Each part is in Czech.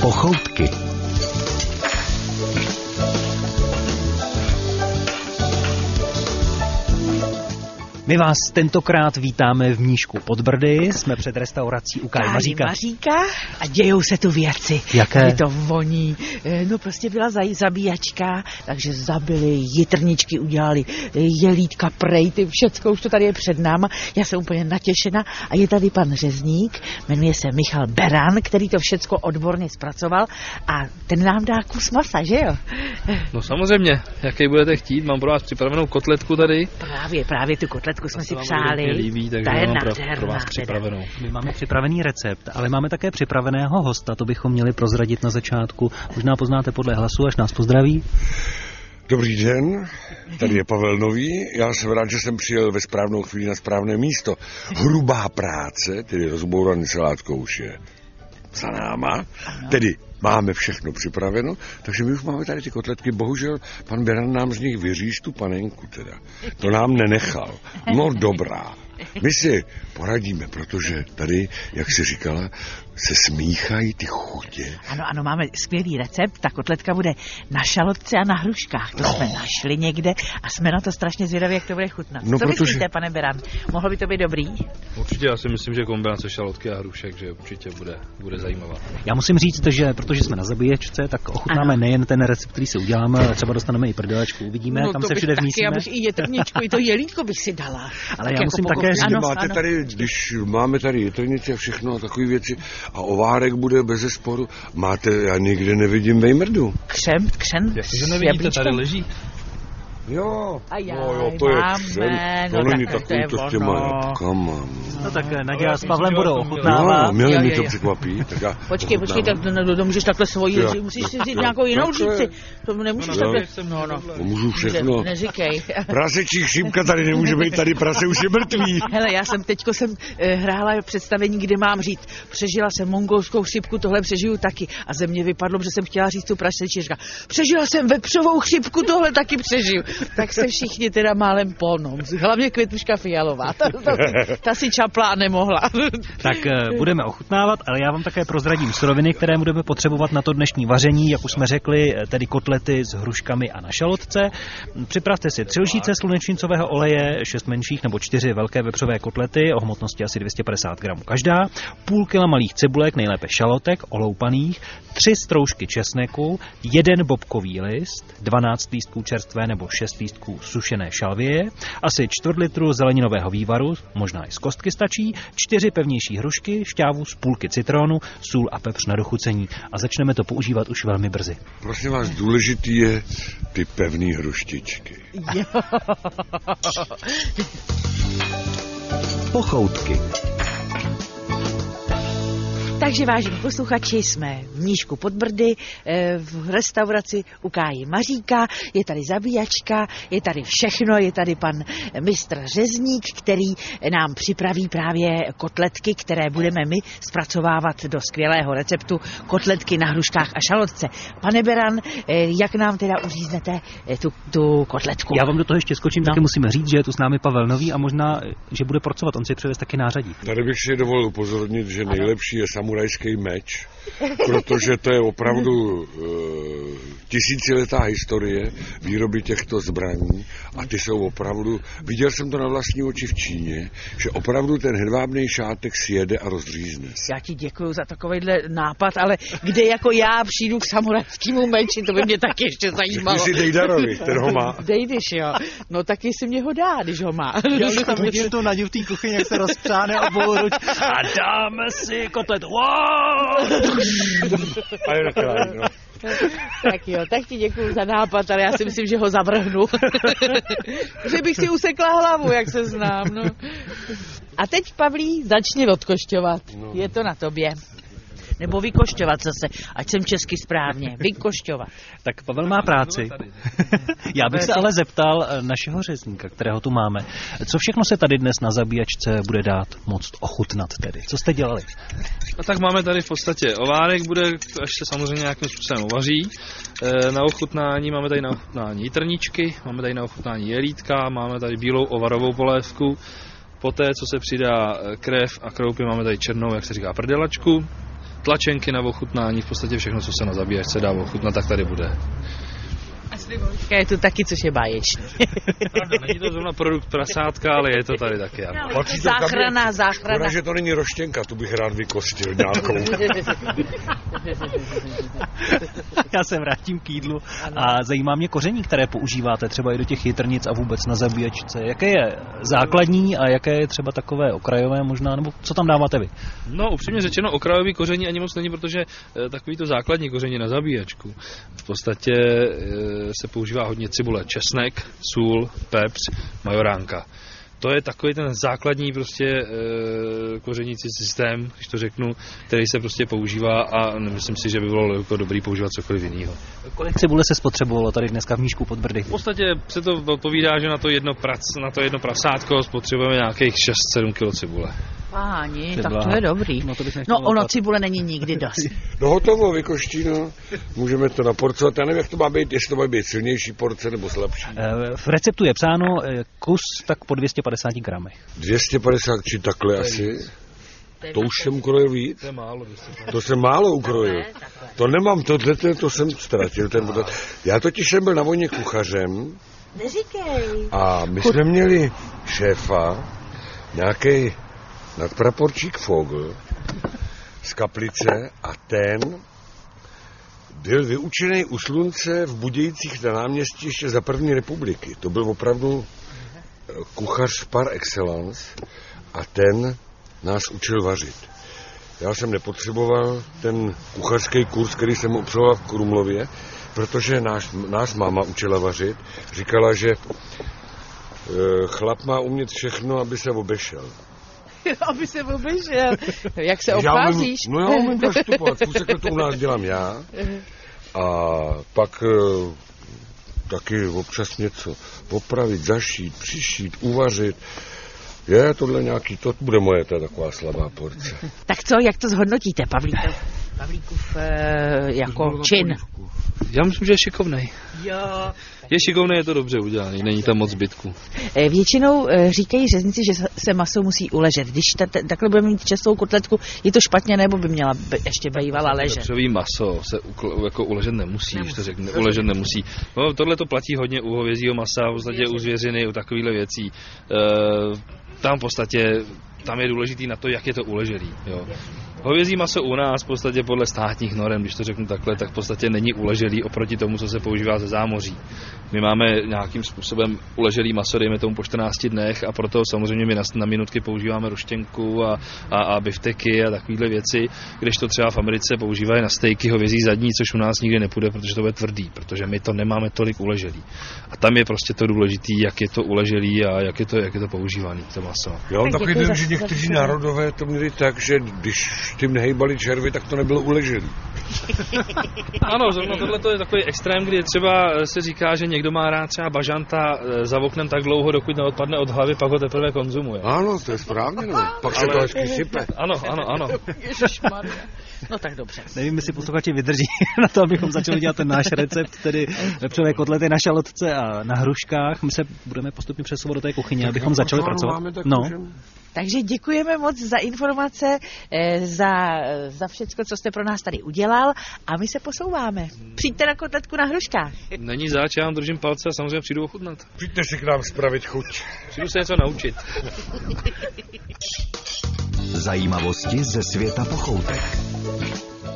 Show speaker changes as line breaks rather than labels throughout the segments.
Pochoutky.
My vás tentokrát vítáme v Mnížku pod Brdy, jsme před restaurací u Kaj Maříka.
Maříka a dějou se tu věci.
Jaké?
Je to voní. Eh, No prostě byla zaj- zabíjačka, takže zabili, jitrničky udělali, eh, jelítka, prejty, všecko už to tady je před náma. Já jsem úplně natěšena a je tady pan řezník, jmenuje se Michal Beran, který to všecko odborně zpracoval a ten nám dá kus masa, že jo? Eh,
No samozřejmě, jaký budete chtít, mám pro vás připravenou kotletku tady.
Právě, právě tu kotletku jsme
Ta se
si
vám
přáli.
evidentně líbí, takže
Ta je
mám pro,
nádherná
pro vás
teda.
připravenou.
My máme připravený recept, ale máme také připraveného hosta, to bychom měli prozradit na začátku. Možná poznáte podle hlasu, až nás pozdraví.
Dobrý den, tady je Pavel Nový. Já jsem rád, že jsem přijel ve správnou chvíli na správné místo. Hrubá práce, tedy rozbouraný salátko už je za náma, tedy máme všechno připraveno, takže my už máme tady ty kotletky. Bohužel pan Beran nám z nich vyříž tu panenku teda. To nám nenechal. No dobrá. My si poradíme, protože tady, jak si říkala, se smíchají ty chutě.
Ano, ano, máme skvělý recept. Ta kotletka bude na šalotce a na hruškách. To jsme našli někde a jsme na to strašně zvědaví, jak to bude chutnat.
No,
Co
protože-
myslíte, pane Beran? Mohlo by to být dobrý?
Určitě já si myslím, že kombinace šalotky a hrušek, že určitě bude, bude zajímavá.
Já musím říct, že protože jsme na zabíječce, tak ochutnáme nejen ten recept, který si uděláme, ale třeba dostaneme i prdelečku, uvidíme,
no,
tam
to
se
bych
všude
taky,
vmísíme.
já bych i jetrničku, i to jelítko bych si dala. jako
Ale já musím
pokud-
také říct,
Ano,
ano,
máte
ano.
tady, když máme tady jetrnici a všechno a takové věci a ovárek bude bez sporu, máte, já nikde nevidím vejmrdu.
Křem, křen,
Jestliže
s
nevidíte,
jablíčkem.
tady leží.
Jo,
A já,
no jo, to je
máme,
křen, to
no
není
tak
takový
to je
to s
ono.
těma jabkama.
No tak eh,
No,
Nadia
já
s
jsem
Pavlem
si
budou
dělal, jsem dělal.
ochutnávat.
No, milé
Jo,
mě
jo,
to
jo.
překvapí, tak já
Počkej, počkej, tak
ochutnám.
to, no, to můžeš takhle svoji,
Jo.
že musíš si vzít
Jo.
nějakou jinou
No, to je-
říci. To nemůžeš
No, no.
takhle. No, no.
No, Můžu všechno.
Neříkej.
Prasečí chřipka tady nemůže být, tady prase už je mrtvý.
Hele, já jsem teďko jsem eh, hrála představení, kde mám říct, přežila jsem mongolskou chřipku, tohle přežiju taky. A ze mě vypadlo, že jsem chtěla říct tu prašeči. Říká, přežila jsem vepřovou chřipku, tohle taky přežiju. Tak se všichni teda málem polnou. Hlavně květuška fialová. Ta, ta, ta si čapla a nemohla.
Tak eh, budeme ochutnávat, ale já vám také prozradím suroviny, které budeme potřebovat na to dnešní vaření, jak už jsme řekli, eh, tedy kotlety s hruškami a na šalotce. Připravte si tři lžíce slunečnicového oleje, šest menších nebo čtyři velké vepřové kotlety o hmotnosti asi 250 gramů každá, půl kila malých cibulek, nejlépe šalotek, oloupaných, tři stroužky česneku, jeden bobkový list, 12 lístků čerstvé nebo 6 lístků sušené šalvie, asi čtvrt litru zeleninového vývaru, možná i z kostky stačí, čtyři pevnější hrušky, šťávu z půlky citronu, sůl a pepř na dochucení. A začneme to používat už velmi brzy.
Prosím vás, důležitý je ty pevný hruštičky.
Pochoutky.
Takže vážení posluchači, jsme v Mnížku pod Brdy, eh, v restauraci u Káji Maříka, je tady zabíjačka, je tady všechno, je tady pan mistr Řezník, který nám připraví právě kotletky, které budeme my zpracovávat do skvělého receptu kotletky na hruškách a šalotce. Pane Beran, eh, jak nám teda uříznete eh, tu, tu kotletku?
Já vám do toho ještě skočím,
No.
no. taky musíme říct, že je tu s námi Pavel Nový a možná, eh, že bude pracovat, on si přivez taky nářadí.
Tady bych si dovolil upozornit, že nejlepší je samurajský meč, protože to je opravdu eh, tisíciletá historie výroby těchto zbraní a ty jsou opravdu, viděl jsem to na vlastní oči v Číně, že opravdu ten hedvábný šátek sjede a rozřízne se.
Já ti děkuji za takovýhle nápad, ale kde jako já přijdu k samurajskému meči, to by mě taky ještě zajímalo.
Řekni si Dejdarovi, ten ho má.
Dejdiš, jo. No tak jestli mě ho dá, když ho má.
no to na v té kuchyni, jak se rozpřáne obou ruč a dáme si kotlet. Wow!
A je na kraji, no.
tak jo, tak ti děkuji za nápad, ale já si myslím, že ho zavrhnu. že bych si usekla hlavu, jak se znám. No. A teď, Pavlí, začni odkošťovat. Je to na tobě. Nebo vykošťovat zase, ať jsem česky správně. Vykošťovat.
Tak Pavel má práci. Já bych se ale zeptal eh, našeho řezníka, kterého tu máme. Co všechno se tady dnes na zabíjačce bude dát moc ochutnat tedy? Co jste dělali?
A tak máme tady v podstatě ovárek, bude, až se samozřejmě nějakým způsobem uvaří. E, na ochutnání máme tady na ochutnání trničky, máme tady na ochutnání jelítka, máme tady bílou ovarovou polévku. e, Poté, co se přidá eh, krev a kroupy, máme tady černou, jak se říká, prdelačku. tlačenky na ochutnání, v podstatě všechno, co se na zabíjačce dá ochutnat, tak tady bude.
A slivovka je tu taky, což je báječný.
Pravda, není to zrovna produkt prasátka, ale je to tady taky. Ano.
Patří to
záchrana,
Škoda,
záchrana.
že to není roštěnka, tu bych rád vykostil nějakou.
Já se vrátím k jídlu a zajímá mě koření, které používáte třeba i do těch jitrnic a vůbec na zabíjačce. Jaké je základní a jaké je třeba takové okrajové možná, nebo co tam dáváte vy?
No, upřímně řečeno, okrajový koření ani moc není, protože e, takový to základní koření na zabíjačku. V podstatě e, se používá hodně cibule, česnek, sůl, pepř, majoránka. To je takový ten základní prostě e, kořenící systém, když to řeknu, který se prostě používá a myslím si, že by bylo jako dobrý používat cokoliv jiného.
Kolik cibule se spotřebovalo tady dneska v Mnížku pod Brdy?
V podstatě se to odpovídá, že na to jedno, prac, na to jedno prasátko spotřebujeme nějakých 6-7 kg cibule.
Páni,
Ty
tak to
bláha.
je dobrý.
No to bych nechtěl
No ono
loupat.
cibule není nikdy dost.
No hotovo, vykoštíno, můžeme to naporcovat. Já nevím, jak to má být, jestli to má být silnější porce nebo slabší.
Eh, V receptu je psáno eh, kus tak po 250 gramech.
253 takhle asi, to už jsem krojil víc.
To je málo, byste
To jsem málo ukrojil. To nemám, tohle, to, to jsem ztratil. Ten, podat. já totiž jsem byl na vojně kuchařem
Neříkej.
a my jsme měli šéfa, nějaký nadpraporčík Fogl z kaplice a ten byl vyučený u slunce v Budějcích na náměstí ještě za první republiky. To byl opravdu eh, kuchař par excellence a ten nás učil vařit. Já jsem nepotřeboval ten kuchařský kurz, který jsem obsahoval v Krumlově, protože náš, nás máma učila vařit. Říkala, že eh, chlap má umět všechno, aby se obešel.
Aby se obešel. Jak se
Já umím-
obcházíš?
No já umím prostupovat, Fusekl to u nás dělám já. A pak eh, taky občas něco opravit, zašít, přišít, uvařit. Je tohle nějaký, to bude moje, to je taková slabá porce.
Tak co, jak to zhodnotíte, Pavlíkov? Pavlíkův eh, jako čin.
Já myslím, že je šikovnej.
Jo.
Je šikovné, je to dobře udělané, není tam moc zbytku.
Eh, Většinou eh, říkají řeznici, že se- se maso musí uležet. Když ta, ta- takhle budeme mít čerstvou kotletku, je to špatně, nebo by měla be, ještě bývala ležet?
Vepřový maso se ukl, jako uležet nemusí, když to řekne, uležet nemusí. No, tohle to platí hodně u hovězího masa, v podstatě u zvěřiny, u takovýchhle věcí. E, tam v podstatě, tam je důležitý na to, jak je to uležený. Jo. Hovězí maso u nás v podstatě podle státních norem, když to řeknu takhle, tak v podstatě není uleželý oproti tomu, co se používá ze zámoří. My máme nějakým způsobem uleželý maso, dejme tomu po 14 dnech a proto samozřejmě my na, na minutky používáme roštěnku a, a, a bifteky a takovéhle věci, když to třeba v Americe používají na stejky hovězí zadní, což u nás nikdy nepůjde, protože to bude tvrdý, protože my to nemáme tolik uleželý. A tam je prostě to důležitý, jak je to uleželý a jak je to, jak je to používaný, to maso.
Já mám
Tak
takový
děkuji
den,
za-
že
za
někteří
vysvětlení.
národové to měli tak, že když tím nehejbali červy, tak to nebylo uležené.
Ano, zrovna tohle to je takový extrém, kdy třeba eh, se říká, že někdo má rád třeba bažanta eh, za oknem tak dlouho, dokud neodpadne od hlavy, pak ho teprve konzumuje.
Ano, to je správně, no. Pak se to
Ale-
hezky sype.
Ano, ano, ano.
Ježišmarja. No tak dobře.
Nevím, jestli posluchači vydrží na to, abychom začali dělat ten náš recept, tedy vepřové kotlety na šalotce a na hruškách. My se budeme postupně přesouvat do té kuchyně, abychom začali pracovat.
No.
Takže děkujeme moc za informace, eh, za, eh, za všechno, co jste pro nás tady udělal a my se posouváme. Přijďte na kotletku na hruškách.
Není zač, já vám držím palce a samozřejmě přijdu ochutnat.
Přijďte si k nám spravit chuť.
Přijdu se něco naučit.
Zajímavosti ze světa pochoutek.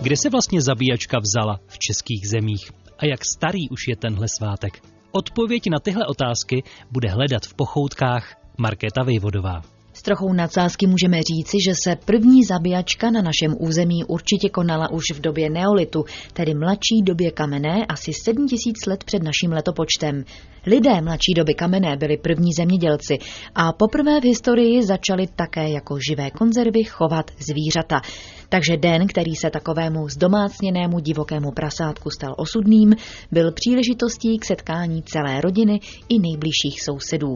Kde se vlastně zabíjačka vzala v českých zemích? A jak starý už je tenhle svátek? Odpověď na tyhle otázky bude hledat v pochoutkách Markéta Vejvodová.
S trochou nadsázky můžeme říci, že se první zabijačka na našem území určitě konala už v době neolitu, tedy mladší době kamenné asi 7000 let před naším letopočtem. Lidé mladší doby kamenné byli první zemědělci a poprvé v historii začali také jako živé konzervy chovat zvířata. Takže den, který se takovému zdomácněnému divokému prasátku stal osudným, byl příležitostí k setkání celé rodiny i nejbližších sousedů.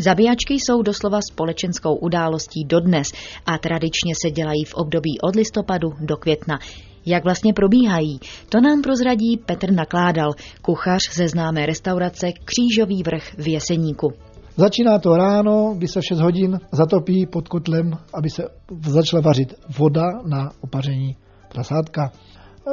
Zabijačky jsou doslova společenskou událostí dodnes a tradičně se dělají v období od listopadu do května. Jak vlastně probíhají, to nám prozradí Petr Nakládal, kuchař ze známé restaurace Křížový vrch v Jeseníku.
Začíná to ráno, kdy se v 6 hodin zatopí pod kotlem, aby se začala vařit voda na opaření prasátka.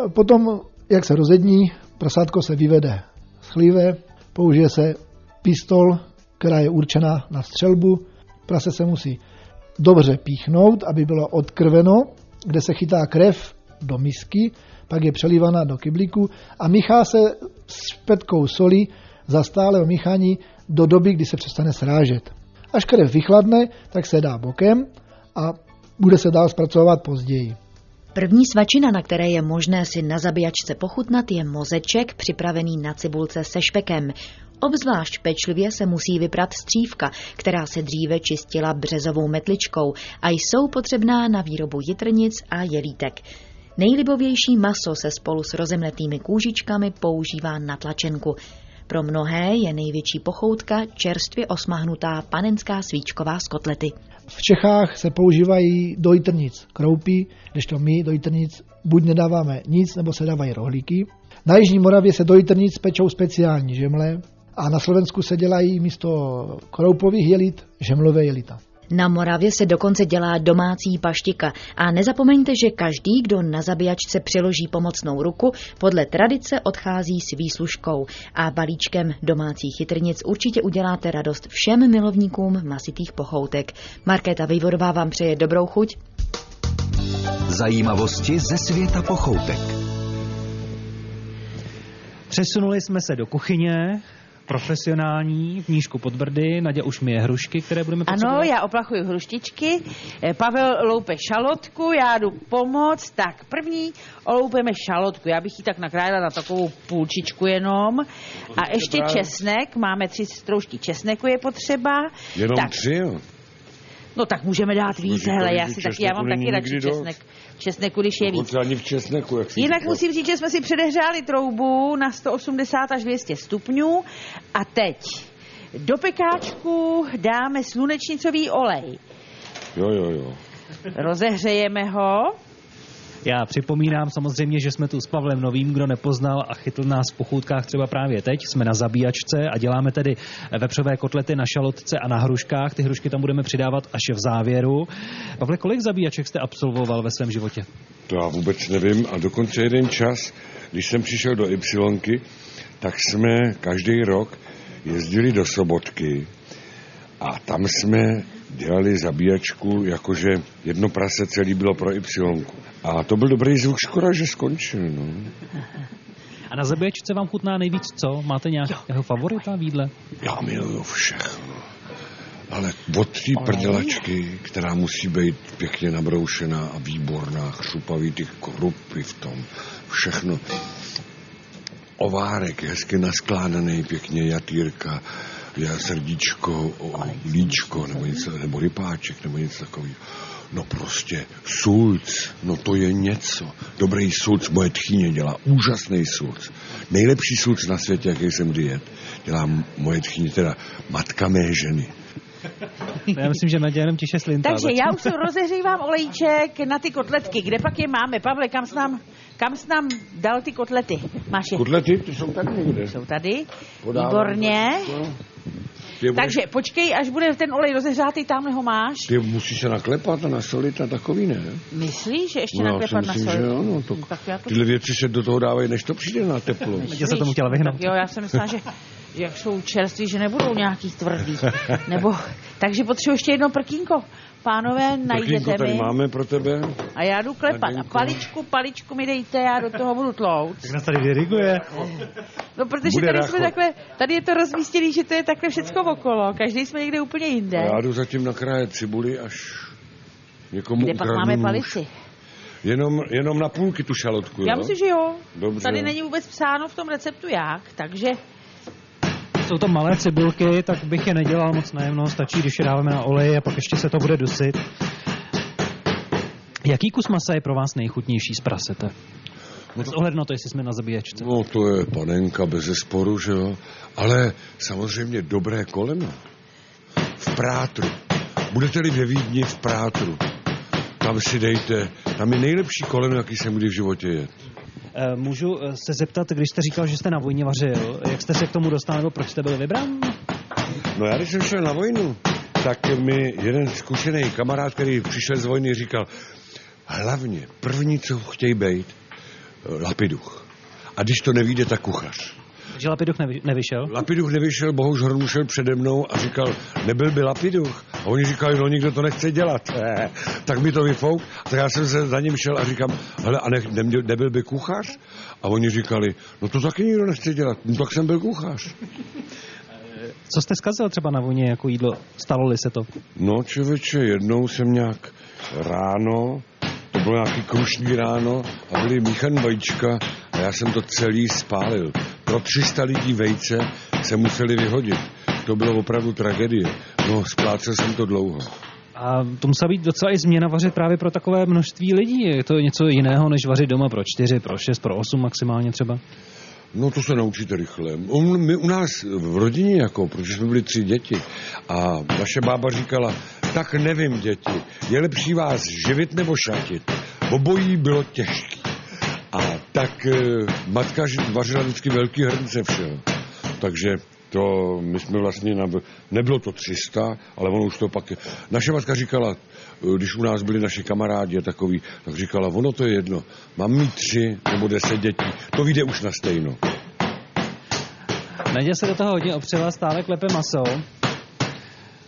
E, Potom, jak se rozední, prasátko se vyvede z chlíve, použije se pistol, která je určena na střelbu. Prase se musí dobře píchnout, aby bylo odkrveno, kde se chytá krev do misky, pak je přelívána do kyblíku a míchá se s špetkou soli za stále míchání do doby, kdy se přestane srážet. Až krev vychladne, tak se dá bokem a bude se dál zpracovat později.
První svačina, na které je možné si na zabíjačce pochutnat, je mozeček připravený na cibulce se špekem. Obzvlášť pečlivě se musí vyprat střívka, která se dříve čistila březovou metličkou a jsou potřebná na výrobu jitrnic a jelítek. Nejlibovější maso se spolu s rozemletými kůžičkami používá na tlačenku. Pro mnohé je největší pochoutka čerstvě osmahnutá panenská svíčková z kotlety.
V Čechách se používají do jitrnic kroupy, kdežto my do jitrnic buď nedáváme nic, nebo se dávají rohlíky. Na Jižní Moravě se do jitrnic pečou speciální žemle a na Slovensku se dělají místo kroupových jelit žemlové jelita.
Na Moravě se dokonce dělá domácí paštika a nezapomeňte, že každý, kdo na zabijačce přiloží pomocnou ruku, podle tradice odchází s výslužkou a balíčkem domácích chytrnic určitě uděláte radost všem milovníkům masitých pochoutek. Markéta Vývorová vám přeje dobrou chuť.
Zajímavosti ze světa pochoutek.
Přesunuli jsme se do kuchyně, profesionální, v nížku pod brdy, Nadě už mi je hrušky, které budeme
Ano, já oplachuju hruštičky, eh, Pavel loupe šalotku, já jdu pomoct. Tak první oloupeme šalotku, já bych ji tak nakrájela na takovou půlčičku jenom. A ještě česnek, máme tři stroužky česneku je potřeba.
Jenom
tak,
tři, jo?
No tak můžeme dát víc,
Bože,
hele,
kolik
já,
u
si tak, já mám
česneku
taky
není
radši
nikdy dost.
česnek. Česneku, když je víc.
Dokonce ani v česneku, jak si no.
Jinak
říkal.
musím říct, že jsme si předehřáli troubu na 180 až 200 stupňů a teď do pekáčku dáme slunečnicový olej.
Jo, jo, jo.
Rozehřejeme ho.
Já připomínám samozřejmě, že jsme tu s Pavlem Novým, kdo nepoznal a chytl nás v pochoutkách třeba právě teď. Jsme na zabíjačce a děláme tedy vepřové kotlety na šalotce a na hruškách. Ty hrušky tam budeme přidávat až v závěru. Pavle, kolik zabíjaček jste absolvoval ve svém životě?
To já vůbec nevím. A dokonce jeden čas, když jsem přišel do Y, tak jsme každý rok jezdili do Sobotky a tam jsme dělali zabíjačku, jakože jedno prase celý bylo pro Y. A to byl dobrý zvuk, škoda, že skončil. No.
A na zabíjačce vám chutná nejvíc co? Máte nějakého favorita v jídle?
Já miluju všechno. Ale od té prdelačky, která musí být pěkně nabroušená a výborná, chřupavý ty krupy v tom, všechno. Ovárek hezky naskládaný, pěkně jatýrka, já srdíčko, o- líčko, nebo, něco, nebo rypáček, nebo něco takového. No prostě sulc, no to je něco. Dobrý sulc, moje tchýně dělá úžasný sulc. Nejlepší sulc na světě, jaký jsem kdy jet, dělá m- moje tchýně, teda matka mé ženy.
Já myslím, že Nadě jenom tiše slintá.
Takže já už se rozehřívám olejček na ty kotletky. Kde pak je máme? Pavle, kam jsi nám, kam jsi nám dal ty kotlety? Máš je?
Kotlety, ty jsou tak někde.
Jsou tady.
Podávám.
Výborně.
Ty,
Takže
Takže...
počkej, až bude ten olej rozehřátý, tamhle ho máš.
ty musíš se naklepat a nasolit a takový, ne?
Myslíš, že ještě
No, já si
naklepat na
myslím,
sol?
že jo, no, to,
Hm, tak já to
tyhle věci se do toho dávají, než to přijde na teplo.
Já se tomu chtěla vyhnout.
Tak jo, já jsem myslela, že, že jak jsou čerství, že nebudou nějaký tvrdý. Nebo, takže potřebuji ještě jedno prkínko. Pánové,
Prkínko
najdete
tady
mi.
máme pro tebe.
A já jdu klepat. A paličku, paličku mi dejte, já do toho budu tlout.
Tak nás tady diriguje.
No, protože
Bude
tady jsme
rachot.
takhle, tady je to rozmístěný, že to je takhle všecko okolo. Každý jsme někde úplně jinde.
A já jdu zatím na kraje cibuli, až někomu
Kde pak
ukradnu
máme
nůž.
palici?
Jenom, jenom na půlky tu šalotku,
Já
jo?
myslím, že jo.
Dobře.
Tady není vůbec psáno v tom receptu jak, takže
Jsou to malé cibulky, tak bych je nedělal moc najemno, stačí, když je dáváme na olej a pak ještě se to bude dusit. Jaký kus masa je pro vás nejchutnější z prasete? Bez ohledu na to, jestli jsme na zabíječce.
No to je panenka bez sporu, že jo? Ale samozřejmě dobré koleno. V prátru. Budete-li ve Vídni v prátru, tam si dejte, tam je nejlepší koleno, jaký jsem kdy v životě je.
E, Můžu e, se zeptat, když jste říkal, že jste na vojně vařil, jak jste se k tomu dostal, nebo proč jste byl vybrán?
No já když jsem šel na vojnu, tak mi jeden zkušený kamarád, který přišel z vojny, říkal, Hlavně první, co chtějí být, eh, lapiduch. A když to nevíde, tak kuchař.
Že Lapiduch nevy- nevyšel?
Lapiduch nevyšel, Bohuš Horn šel přede mnou a říkal, nebyl by Lapiduch. A oni říkali, no nikdo to nechce dělat. Eh, tak mi to vyfouk. Tak já jsem se za ním šel a říkám, hele, a ne, neměl, nebyl by kuchař? A oni říkali, no to taky nikdo nechce dělat. No tak jsem byl kuchař.
Co jste zkazil třeba na vůně jako jídlo? Stalo-li se to?
No člověče, jednou jsem nějak ráno, to bylo nějaký krušní ráno a byly míchan vajíčka a já jsem to celý spálil. Pro 300 lidí vejce se museli vyhodit. To bylo opravdu tragédie. No, splácel jsem to dlouho.
A to musela být docela i změna vařit právě pro takové množství lidí. Je to něco jiného, než vařit doma pro čtyři, pro šest, pro osm maximálně třeba.
No to se naučíte rychle. On, my u nás v rodině, jako, protože jsme byli tři děti, a naše bába říkala, tak nevím, děti, je lepší vás živit nebo šatit. Obojí bylo těžké. A tak e, matka ži- vařila vždycky velký hrnce všeho. Takže to my jsme vlastně, na, nebylo to 300, ale ono už to pak... je- Naše matka říkala, e, když u nás byli naši kamarádi a takový, tak říkala, ono to je jedno, mám mít tři nebo deset dětí, to vyjde už na stejno.
Nadě se do toho hodně opřela, stále klepe maso.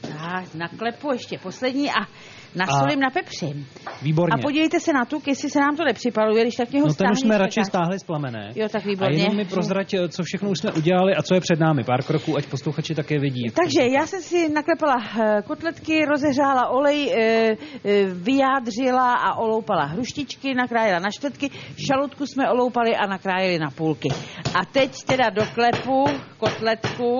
Tak, naklepu ještě poslední a
nasolím,
nasolím, a... napepřím.
Výborně.
A podívejte se na tuk, jestli se nám to nepřipaluje, když tak mě ho
no ten už jsme
stáhneš,
radši
tak-
stáhli z plamene.
Jo, tak
A
výborně.
jenom mi prozrať, co všechno už jsme udělali a co je před námi. Pár kroků, ať posluchači také vidí.
Takže já jsem si naklepala eh, kotletky, rozeřála olej, eh, eh, vyjádřila a oloupala hruštičky, nakrájela na čtvrtky, šalotku jsme oloupali a nakrájeli na půlky. A teď teda doklepu kotletku,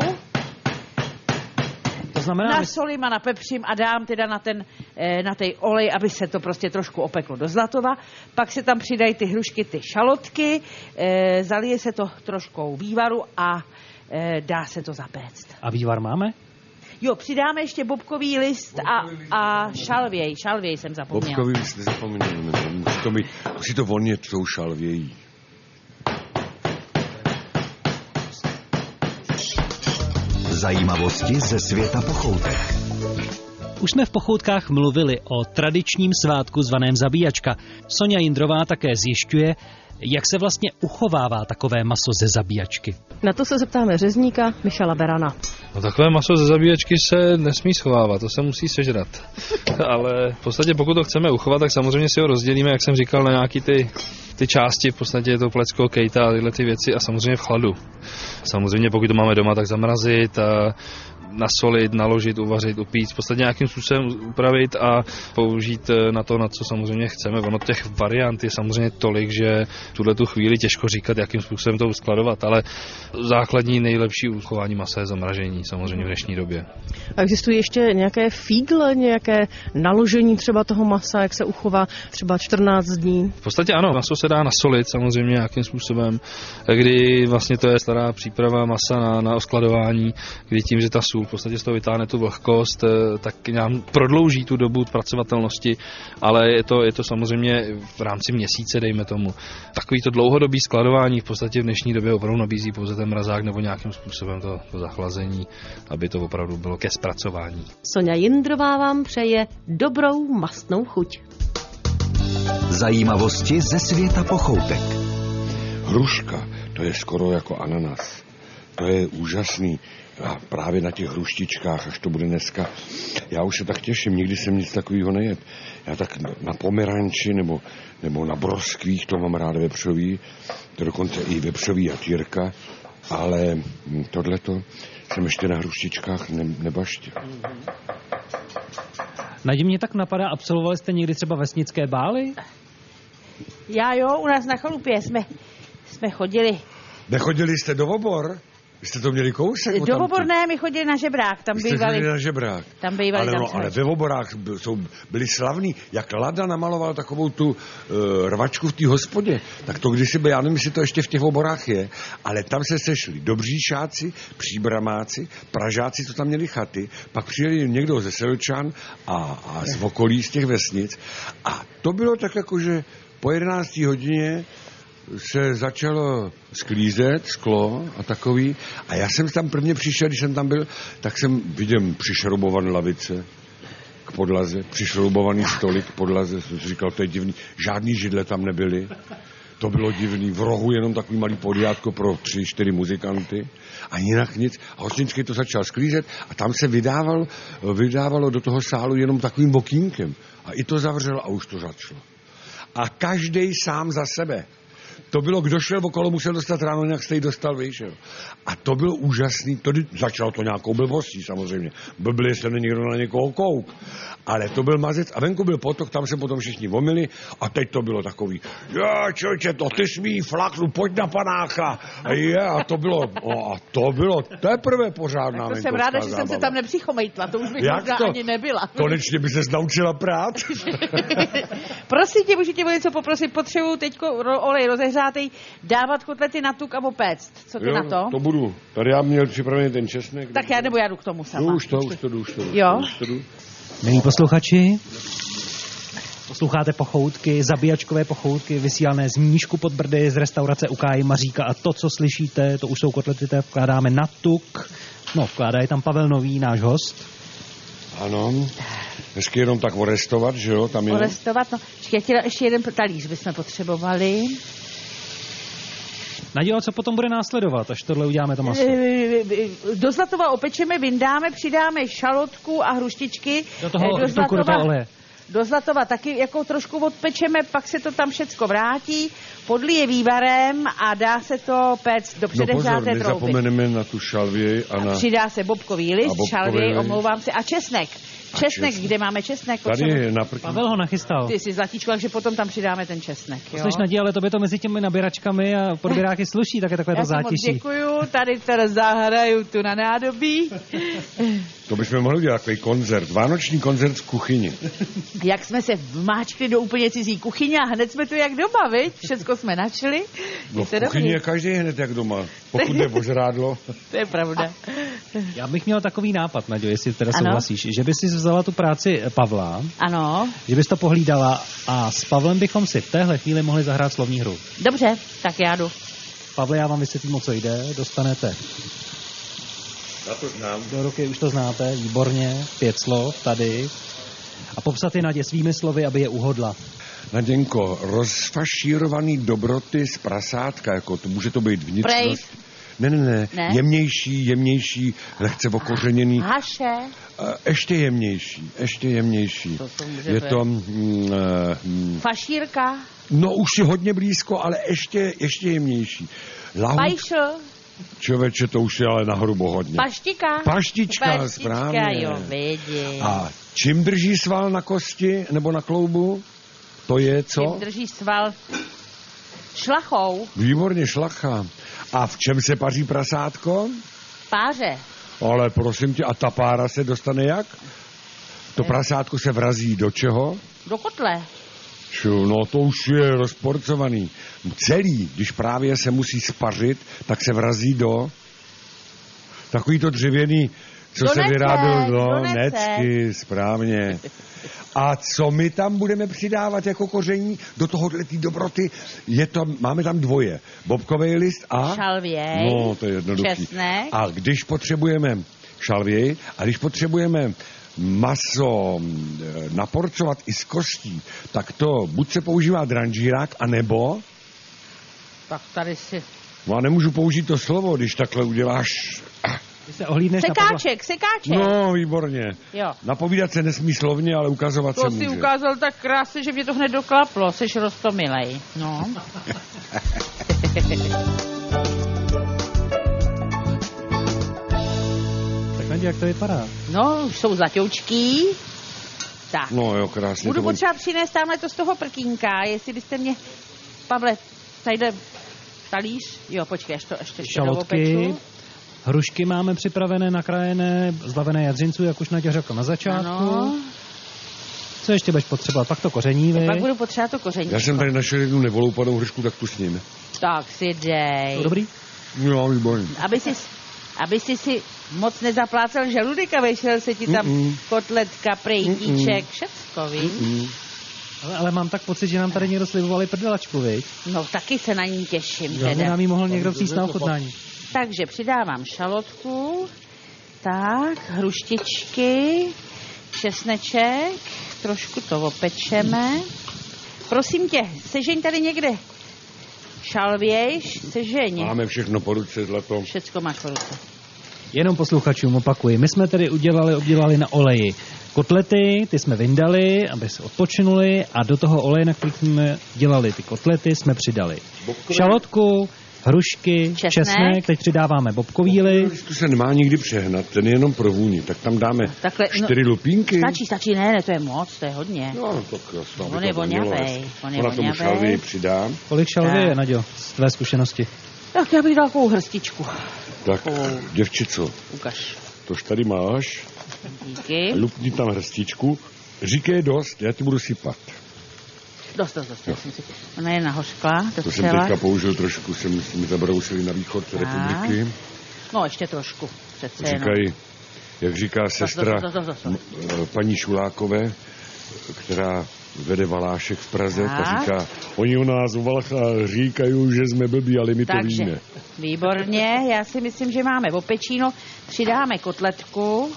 To znamená, že
nasolím a napepřím a dám teda na ten, eh, na tej olej, aby se to prostě trošku opeklo do zlatova. Pak se tam přidají ty hrušky, ty šalotky, eh, zalije se to troškou vývaru a eh, dá se to zapéct.
a vývar máme?
Jo, přidáme ještě bobkový list a, a šalvěj. Šalvěj jsem zapomněla.
Bobkovi už jste zapomněli, no, musí to, mít, musí to vonět tou šalvějí.
Zajímavosti ze světa pochoutek.
Už jsme v pochoutkách mluvili o tradičním svátku zvaném zabíjačka. Sonja Jindrová také zjišťuje, jak se vlastně uchovává takové maso ze zabíjačky.
Na to se zeptáme řezníka Michala Berana.
No takové maso ze zabíječky se nesmí schovávat, to se musí sežrat. Ale v podstatě pokud to chceme uchovat, tak samozřejmě si ho rozdělíme, jak jsem říkal, na nějaký ty, ty části, v podstatě je to plecko, kejta a tyhle ty věci a samozřejmě v chladu. Samozřejmě pokud to máme doma, tak zamrazit a nasolit, naložit, uvařit, upít, v podstatě nějakým způsobem upravit a použít eh, na to, na co samozřejmě chceme. Ono těch variant je samozřejmě tolik, že v tuhle tu chvíli těžko říkat, jakým způsobem to uskladovat, ale základní nejlepší uchování masa je zamražení samozřejmě v dnešní době.
A Existují ještě nějaké fígle, nějaké naložení třeba toho masa, jak se uchová třeba 14 dní?
V podstatě ano, maso se dá nasolit samozřejmě nějakým způsobem, kdy vlastně to je stará příprava masa na, na oskladování, kdy tím, že ta sůl v podstatě z toho vytáhne tu vlhkost, eh, tak nám prodlouží tu dobu pracovatelnosti, ale je to, je to samozřejmě v rámci měsíce, dejme tomu. Takový to dlouhodobý skladování v podstatě v dnešní době opravdu nabízí pouze ten mrazák nebo nějakým způsobem to, to zachlazení, aby to opravdu bylo ke zpracování.
Sonja Jindrová vám přeje dobrou mastnou chuť.
Zajímavosti ze světa pochoutek.
Hruška, to je skoro jako ananas. To je úžasný. A právě na těch hruštičkách, až to bude dneska. Já už se tak těším, nikdy jsem nic takového nejet. Já tak na- na pomeranči nebo, nebo na broskvích, to mám rád vepřový, to dokonce i vepřový jatírka, ale hm, tohleto jsem ještě na hruštičkách ne, nebaštěl.
Nadě mě tak napadá, absolvovali jste někdy třeba vesnické bály?
Já jo, u nás na chalupě jsme, jsme chodili.
Nechodili jste do obor? Vy jste to měli kousek?
Do
odtamtud.
Oborné my chodili na žebrák, tam
Vy jste
bývali.
chodili na žebrák.
Tam bývali,
ale,
tam
no,
jsme-
ale ve oborách by- jsou, byli slavní. Jak Lada namaloval takovou tu uh, rvačku v té hospodě, tak to kdysi by, já nevím, jestli to ještě v těch oborách je, ale tam se sešli dobří šáci, příbramáci, pražáci, co tam měli chaty, pak přijeli někdo ze Selčan a, a z okolí z těch vesnic a to bylo tak jako, že po 11. hodině se začalo sklízet sklo a takový. A já jsem tam prvně přišel, když jsem tam byl, tak jsem viděl přišrobovan lavice. k podlaze, přišroubovaný stolik k podlaze, jsem si říkal, to je divný, žádný židle tam nebyly. To bylo divný. V rohu jenom takový malý podiátko pro tři, čtyři muzikanty. A jinak nic. A Hosnický to začal sklízet a tam se vydával, vydávalo do toho sálu jenom takovým bokínkem. A i to zavřel a už to začalo. A každý sám za sebe. To bylo, kdo šel okolo, musel dostat ráno, jinak jste ji dostal, víš, jo. A to bylo úžasný, to kdy- začalo to nějakou blbostí samozřejmě. Blbli, jestli není někdo na někoho kouk. Ale to byl mazec a venku byl potok, tam se potom všichni vomili a teď to bylo takový, jo, člověče, to ty smí, flaknu, pojď na panáka. A je, a to bylo, o, a to bylo teprve pořádná
To jsem
venkovská
ráda, že jsem se
zábava.
tam nepřichomejtla, to už bych
Jak
možná
to?
ani nebyla.
Konečně by se naučila prát.
Prosím tě, můžu tě o něco poprosit, potřebuju teď olej rozehřátej dávat kotlety na tuk a opéct. Co ty na to?
to budu. Tady já měl připravený ten česnek.
Tak já nebo já jdu k tomu sama.
No, už to, už to jdu, už to jdu.
Jo.
Už to jdu.
Milí posluchači, posloucháte pochoutky, zabíjačkové pochoutky, vysílané z Mníšku pod Brdy, z restaurace Ukáji Maříka a to, co slyšíte, to už jsou kotlety, které vkládáme na tuk. No, vkládá je tam Pavel Nový, náš host.
Ano. Hezky jenom tak orestovat, že jo? Tam je...
Orestovat, no. Čekaj, já ti dám ještě jeden talíř bychom potřebovali.
Nadělat, co potom bude následovat, až tohle uděláme to maso.
Eh, Do zlatova opečeme, vyndáme, přidáme šalotku a hruštičky.
Do toho,
Eh,
do tuku, do toho oleje.
do zlatova taky jako trošku odpečeme, pak se to tam všecko vrátí, podlije vývarem a dá se to péct do
No pozor,
předehřáté trouby.
nezapomeneme na tu šalvě a na...
Přidá se bobkový
A
list,
bobkový
šalvy,
list.
omlouvám se, a česnek. Česnek,
česnek.
kde máme česnek?
Tady
Potřebu-
je na prkni.
Pavel ho nachystal.
Ty jsi zlatíčko, takže potom tam přidáme ten česnek. Jo?
Slyš, Nadě, ale to by to mezi těmi nabíračkami a podběráky sluší, tak je takové to
Já ti moc
zátiší.
děkuju, tady teda zahraju tu na nádobí.
To bychom mohli udělat takový koncert, vánoční koncert v kuchyni.
Jak jsme se vmáčkli do úplně cizí kuchyně a hned jsme tu jak doma, viď? Všecko jsme načli.
No v kuchyni je každý hned jak doma, pokud je požrádlo.
To je pravda.
Já bych měl takový nápad, Nadějo, jestli teda
Ano.
souhlasíš, že by si vzala tu práci eh, Pavla,
Ano,
že bys to pohlídala a s Pavlem bychom si v téhle chvíli mohli zahrát slovní hru.
dobře, tak já jdu.
Pavle, já vám vysvětlím, o co jde. Dostanete
Já to znám.
do ruky, už to znáte, výborně, pět slov tady. A popsat je Nadě svými slovy, aby je uhodla.
Naděnko, rozfašírovaný dobroty z prasátka, jako to může to být vnitřnost. Ne, ne, ne,
Ne?
jemnější, jemnější, lehce okořeněný.
Haše.
A Ještě jemnější, ještě jemnější.
To to může
Je
být.
to... mm, eh, mm,
Fašírka,
No už je hodně blízko, ale ještě, ještě jemnější. Lahůd,
pajšl,
člověče, to už je ale nahrubo hodně.
paštika.
Paštička, správně.
jo, vidím.
A čím drží sval na kosti nebo na kloubu? To je co?
Tím drží sval šlachou,
Výborně šlacha. A v čem se paří prasátko?
páře.
Ale prosím tě, a ta pára se dostane jak? To prasátko se vrazí do čeho?
Do kotle.
Ču, no to už je rozporcovaný. Celý, když právě se musí spařit, tak se vrazí do takový to dřevěný, co
Do
se
nece,
vyráběl
do
do
nece.
necky, správně. A co my tam budeme přidávat jako koření do tohohle té dobroty? Je to, máme tam dvoje. Bobkový list a...
Šalvěj.
No, to je jednoduchý.
Česnek.
A když potřebujeme šalvěj a když potřebujeme maso mm, eh, naporcovat i z kostí, tak to buď se používá dranžírák, anebo,
Tak tady si...
no a nemůžu použít to slovo, když takhle uděláš,
Ty se ohlídneš na Pavla.
Sekáček, sekáček.
no výborně.
Jo.
Napovídat se nesmí slovně, ale ukazovat
To
se
si
může.
ukázal tak krásně, že mě to hned doklaplo. Jsi roztomilej. No.
Tak Nadě, jak to vypadá?
No, už jsou zlatoučký. Tak.
No jo, krásně.
Budu
to bude.
potřeba přinést tamhle to z toho prkínka, jestli byste mě... Pavle, tadyhle talíř. Jo, počkej, až to ještě ještě
Šalotky,
doopeču.
hrušky máme připravené, nakrájené, zbavené jadřinců, jak už Nadě řekl na začátku.
Ano.
Co ještě budeš potřebovat? Pak to koření, vy.
Pak budu potřebovat to koření.
Já jsem tady našel jednu nevoloupanou hrušku, tak tu s ním.
Tak si dej.
Dobrý?
Jo, No, výborně.
Aby si, aby si si moc nezaplácel žaludek a vešel se ti tam
Mm-mm.
kotletka, prejtíček, všecko, víš?
Mm.
Ale, ale mám tak pocit, že nám tady někdo slibovali prdelačku, viď?
No taky se na ní těším
Aby
teda.
nám ji mohl někdo přijít na ochutnání.
Takže přidávám šalotku, tak, hruštičky, česneček, trošku to opečeme. Prosím tě, sežeň tady někde šalvějš, sežeň.
Máme všechno po ruce, zlato.
Všecko máš po ruce.
Jenom posluchačům opakuji, my jsme tedy udělali, obdělali na oleji kotlety, ty jsme vyndali, aby se odpočinuli a do toho oleje, na který jsme dělali ty kotlety, jsme přidali šalotku, hrušky,
Česnek.
česnek, teď přidáváme bobkovíly.
No, To se nemá nikdy přehnat, ten je jenom pro vůni. Tak tam dáme
Takhle, no,
čtyři lupínky.
Stačí, stačí, ne, ne, to je moc, to je hodně.
Mm. No, tak jasno,
On
aby
je
to vonělo
voňavej,
hezky.
on je
Ona tomu
voňavej.
šalvii přidám.
Kolik šalvy
Tak.
je, Naďo, z tvé zkušenosti?
Tak já bych dal takovou hrstičku.
Tak,
Oh.
děvčico,
Ukaž.
tož tady máš,
Díky.
lupni tam hrstičku. Říkej dost, já ti budu sypat.
Dost, dost, dost. já jsem si- Ona je nahořkla,
To jsem
docela.
teďka použil trošku, jsem mi zabrousili na východ republiky.
No, ještě trošku, přece jenom.
Říkají, jak říká sestra
to, to, to, to.
m, eh, paní Šulákové, která vede Valášek v Praze, ta
Tak.
říká, oni o nás u Valcha říkají, že jsme blbí, ale my to
Takže,
víme.
výborně, já si myslím, že máme opečíno, přidáme kotletku.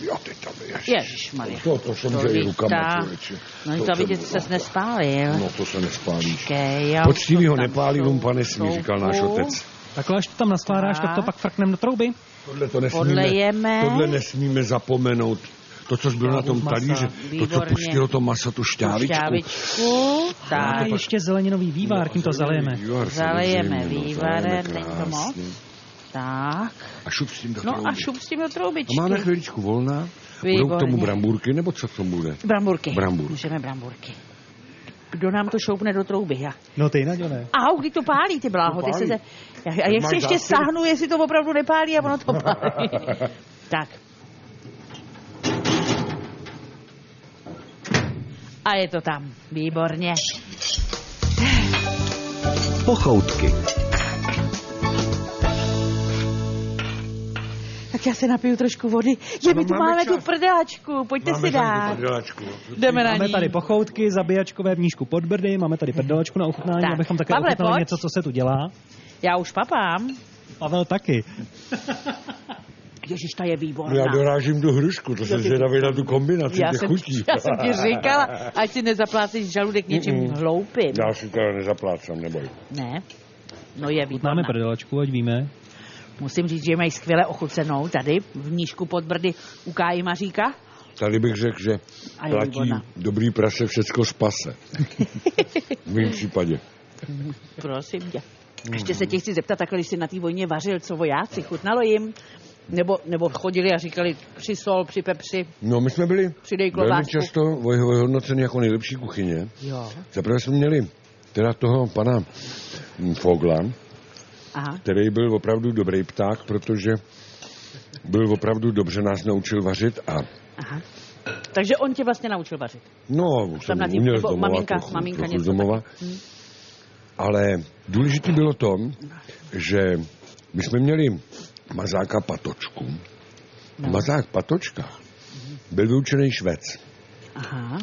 Jo, teď tam je.
Ježišmarja.
To, to jsem že i rukama, člověče.
No to, to vidět, že ses nespálil.
No to se nespálíš.
Kej, já už
Poctivý
to
ho
tam
nepálí,
sou-
lumpa nesmí, říkal náš
soupu.
otec.
Takhle, až to tam naskládáš, tak to
Tak.
pak frkneme do trouby.
Tohle to nesmíme,
Podlejeme.
tohle nesmíme zapomenout. To, co bylo na tom
masa.
talíři, to, co
Výborně.
pustilo to maso, tu
Tu
šťávičku.
Šťávičku.
A
Tak,
ještě zeleninový vývar, tím to zalejeme.
Vývar,
Zalejeme
samozřejmě, no,
vývarem,
zalejeme
není to
krásně.
moc? tak.
A šup s tím do
No a
chlouby.
šup s tím do troubičky.
A máme chviličku volná. Budou k tomu
Výborně.
bramburky, nebo co to bude?
Bramburky.
Bramburky.
Můžeme bramburky. Kdo nám to šoupne do trouby? Já.
No ty, Naďo, ne.
Au, kdy to pálí, ty bláho.
To
Ty se,
pálí.
ze- a jak
máš
si ještě
zápěr?
sáhnu, jestli to opravdu nepálí a ono to pálí. tak. A je to tam. Výborně.
Pochoutky.
Tak já se napiju trošku vody. Je, my
No,
tu
máme
máme tu
čas.
prdeláčku. Pojďte si dát. Jdeme na
Máme
ní.
tady pochoutky, zabijačkové vnížku pod brdy, máme tady prdelačku na ochutnání,
Tak.
abychom také
Pavle,
ochutnali
pojď.
něco, co se tu dělá.
Já už papám.
Pavel taky.
Ježíš, ta je
No já
výborná.
dorážím do hrušku, to jsem zvědavý na tu kombinaci,
Já
těch
jsem,
chutí.
já jsem ti říkala, ať si nezaplácíš žaludek něčím hloupým.
Já si to nezaplácám, neboj.
Ne? No je
Máme
výborná.
prdelačku, ať víme.
Musím říct, že mají skvěle ochucenou tady v Mnížku pod Brdy u Káji Maříka.
Tady bych řekl, že
A je
platí
výborná.
dobrý prase všecko spase. V mém případě.
Prosím tě. Ještě se tě chci zeptat, takhle, když jsi na té vojně vařil, co vojáci, chutnalo jim? Nebo, nebo chodili a říkali při sol, při pepři,
No, my jsme byli
přidej
velmi
klobásku.
často voj- vyhodnoceni jako nejlepší kuchyně.
Jo.
Zaprvé jsme měli teda toho pana mm, Fogla,
Aha.
který byl opravdu dobrý pták, protože byl opravdu dobře nás naučil vařit a
Takže on tě vlastně naučil vařit.
no, už
Tam
jsem
na tím-
uměl z
nebo
domova,
maminka-
trochu,
maminka
trochu
něco Hmm.
z domova. Ale důležité bylo to, že my jsme měli mazáka patočku.
No.
Mazák patočka byl vyučený švec.
Aha.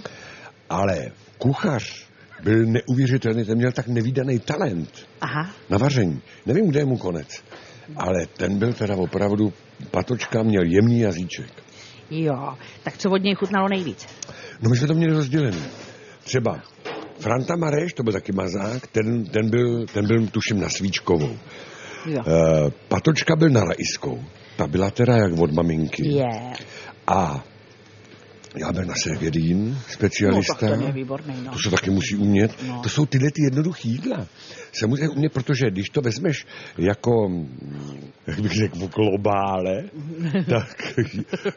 Ale kuchař byl neuvěřitelný, ten měl tak nevýdaný talent
Aha.
na vaření. Nevím, kde je mu konec, ale ten byl teda opravdu, patočka měl jemný jazyček.
Jo. Tak co od něj chutnalo nejvíc?
No my jsme to měli rozdělený. Třeba Franta Mareš, to byl taky mazák, ten, ten, byl, ten byl tuším na Svíčkovou.
Jo.
Eh, patočka byl na Raiskou, ta byla teda jak od maminky.
Je.
A já byl na Servědín,
No
specialista.
tak ten je výborný, no.
To se taky musí umět.
No.
No. To jsou tyhle ty jednoduché jídla. Se musí umět, protože když to vezmeš jako, mm, jak bych řekl, globále, tak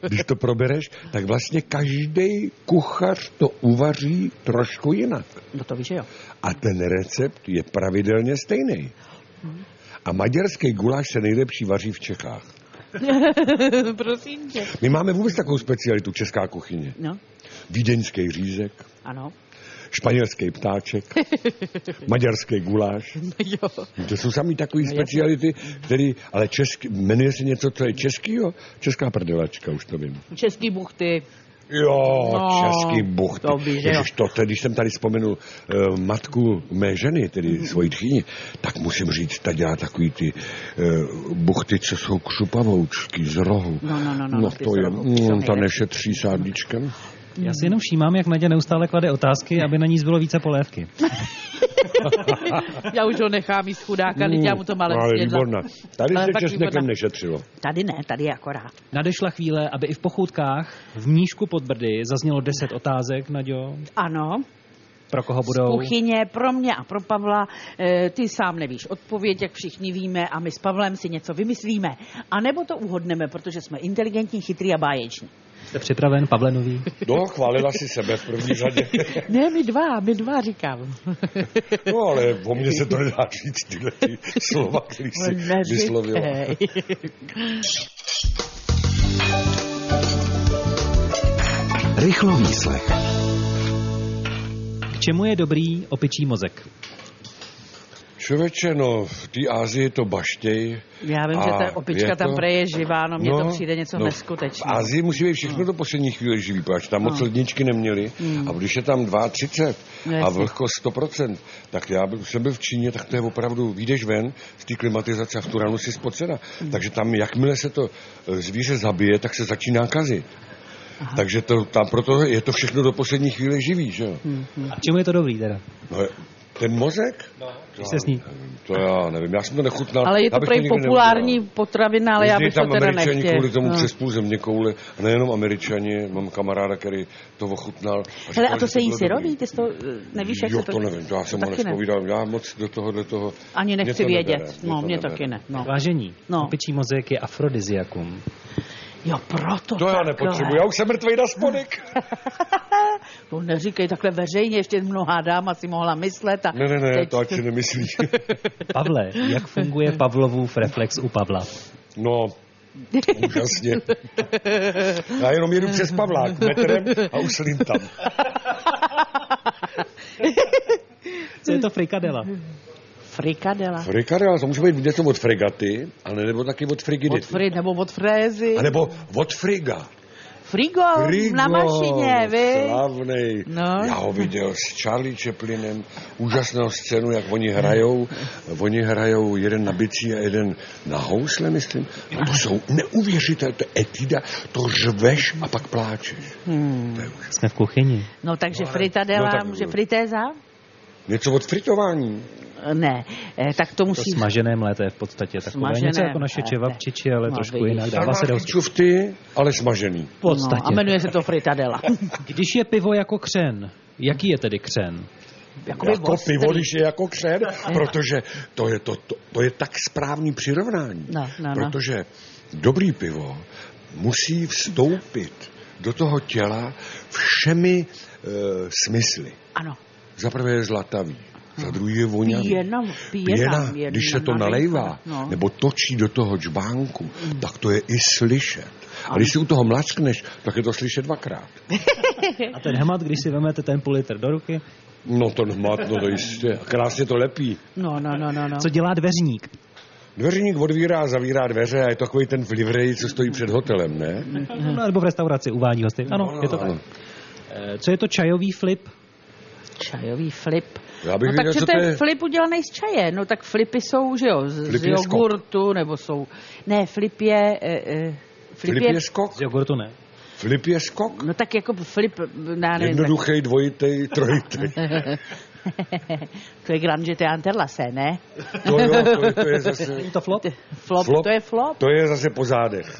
když to probereš, tak vlastně každý kuchař to uvaří trošku jinak.
No to víš, že jo.
A ten recept je pravidelně stejný. A maďarský guláš se nejlepší vaří v Čechách.
Prosím tě.
My máme vůbec takovou specialitu česká kuchyně.
No,
Vídeňský řízek,
ano.
španělský ptáček, maďarský guláš.
Jo.
To jsou samý takový speciality, který, ale český, jmenuje se něco, co je českýho? Česká prdelačka, už to vím.
Český buchty.
Jo,
No,
český bucht.
to by, že jo.
Ježiš, to, tedy, když jsem tady vzpomenul eh, matku mé ženy, tedy svoji tchyni, tak musím říct, ta dělá takový ty eh, buchty, co jsou křupavoučky z rohu.
No, no, no, no,
no
ty
to
z
je,
rohu, to
mm, ta
nejde.
nešetří sádličkem.
Já
Mhm.
si jenom všímám, jak Nadě neustále klade otázky, aby na ní zbylo více polévky.
Já už ho nechám jíst chudáka, teď já mu to malé
Mm, No, ale
snědla.
výborná. Tady
Ale
se
fakt
česnekem
výborná.
nešetřilo.
Tady ne, tady je akorát.
Nadešla chvíle, aby i v pochoutkách v Mnížku pod Brdy zaznělo 10 otázek, Naďo.
Ano,
Pro koho
z
budou?
kuchyně pro mě a pro Pavla. E, ty sám nevíš odpověď, jak všichni víme, a my s Pavlem si něco vymyslíme. A nebo to uhodneme, protože jsme inteligentní, chytrý a báječní.
Jste připraven, Pavle Nový?
No, chválila si sebe v první řadě.
Ne, my dva, my dva říkám.
No, ale o mně se to nedá říct, tyhle ty slova, které si vyslovila.
Rychlo výslech.
K čemu je dobrý opičí mozek?
Člověče, no, v té Ázii to baštěj.
Já vím, že
A
ta opička
je to-
tam preje živá, no mně to přijde něco neskutečného. Hmm.
V Azii musí být všechno do poslední chvíle živý, protože tam moc ledničky neměli. A když je tam 32
No
a
jasně.
vlhkost 100%, tak já byl- jsem byl v Číně, tak to je opravdu, výjdeš ven z té klimatizace a v tu ránu si spocena.
Hmm.
Takže tam, jakmile se to eh, zvíře zabije, tak se začíná kazit. Takže to, tam proto je to všechno do poslední chvíle živý, že jo?
Hmm. Mhm.
A k čemu je to dobrý teda?
No, je- ten mozek? No,
se sní.
To já nevím, já jsem to nechutnal.
Ale je to
já bych
prej
nikdy
populární
neudělal.
potravina, ale já
Jezdí
bych to
tam
teda
američani
nechtěl. No.
kvůli tomu přes půl země koule, a nejenom američani, mám kamaráda, který to ochutnal.
Hele,
říkal,
a to
že
se jí
bylo
syrový,
dobrý.
ty jsi to eh, nevíš, jak
jo,
se
to nevím, to já jsem ho
taky ne.
nespovídal, já moc do toho, do toho...
Ani
mě
nechci
to
vědět,
nebere,
no, mě
nebere.
taky ne. No.
Vážení,
No.
opičí mozek je afrodiziakum.
Jo, proto
To já
takhle.
nepotřebuji, já už jsem mrtvej na spodek.
To No, neříkej takhle veřejně, ještě mnohá dáma si mohla myslet. A
Ne, ne, ne,
teď...
to ať si nemyslí.
Pavle, jak funguje Pavlovův reflex u Pavla?
No, úžasně. Já jenom jedu přes Pavlák metrem a už slím tam.
Co je to frikadela?
Frikadela.
Frikadela, to může být něco od fregaty, ale nebo taky od frigidity.
Od frit nebo od frézy.
A nebo od friga.
Frigo,
Frigo,
na mašině, vy.
Slavnej.
No.
Já ho viděl s Charlie Chaplinem, úžasnou scénu, jak oni hrajou. Oni hrajou jeden na bicí a jeden na housle, myslím. No to jsou neuvěřitelné, to je etida, to řveš a pak pláčeš.
Jsme v kuchyni.
No takže
no,
fritadela,
tak-
může fritéza?
Něco od fritování.
Ne, eh, tak to
To
musí...
smažené mléto je v podstatě takové
Smažené
něco jako naše
mléto.
čevapčiči, ale
No,
trošku
vidíš.
jinak. Dává se do
Farmářský čufty, ale smažený.
v
No, a
podstatě.
jmenuje se to fritadela.
Když je pivo jako křen, jaký je tedy křen?
Jakoby
jako
ostrý.
pivo, když je jako křen, protože to je, to, to, to je tak správný přirovnání.
No, no, no.
protože dobrý pivo musí vstoupit do toho těla všemi e, smysly.
Ano,
Za prvé je zlatavý, za druhý je voňavý.
Hmm. Pěna, pěna, pěna,
když se to
nalejka,
nalejvá
no. Hmm.
nebo točí do toho džbánku, tak to je i slyšet. A když si u toho mlackneš, tak je to slyšet dvakrát.
A ten hemat, když si vezmete ten půl litr do ruky,
No to hmat, no to jistě. A Krásně to lepí.
no, no, no, no. no.
co dělá dveřník?
Dveřník odvírá a zavírá dveře a je to takový ten v livreji, co stojí před hotelem, ne?
Mhm.
No, nebo v restauraci uvádí hosty. Ano, je to tak.
Ano.
Eh, Co je to čajový flip?
Čajový flip.
Já bych
no
věděl,
tak
co
že
to
ten
je.
flip udělaný z čaje. No tak flipy jsou, že jo, z,
Flip
z
je skok.
jogurtu, nebo jsou... Ne, flip je... E, e, flip,
Flip
je,
je skok?
Z jogurtu ne.
Flip je skok?
No tak jako flip, já nevím, tak,
Jednoduchý, dvojitý, trojitý.
to je Grand Jeté Anterlase, ne?
To, jo, to, je- to je zase...
Je to flop?
T- Flop,
Flop.
to je flop.
To je zase po zádech.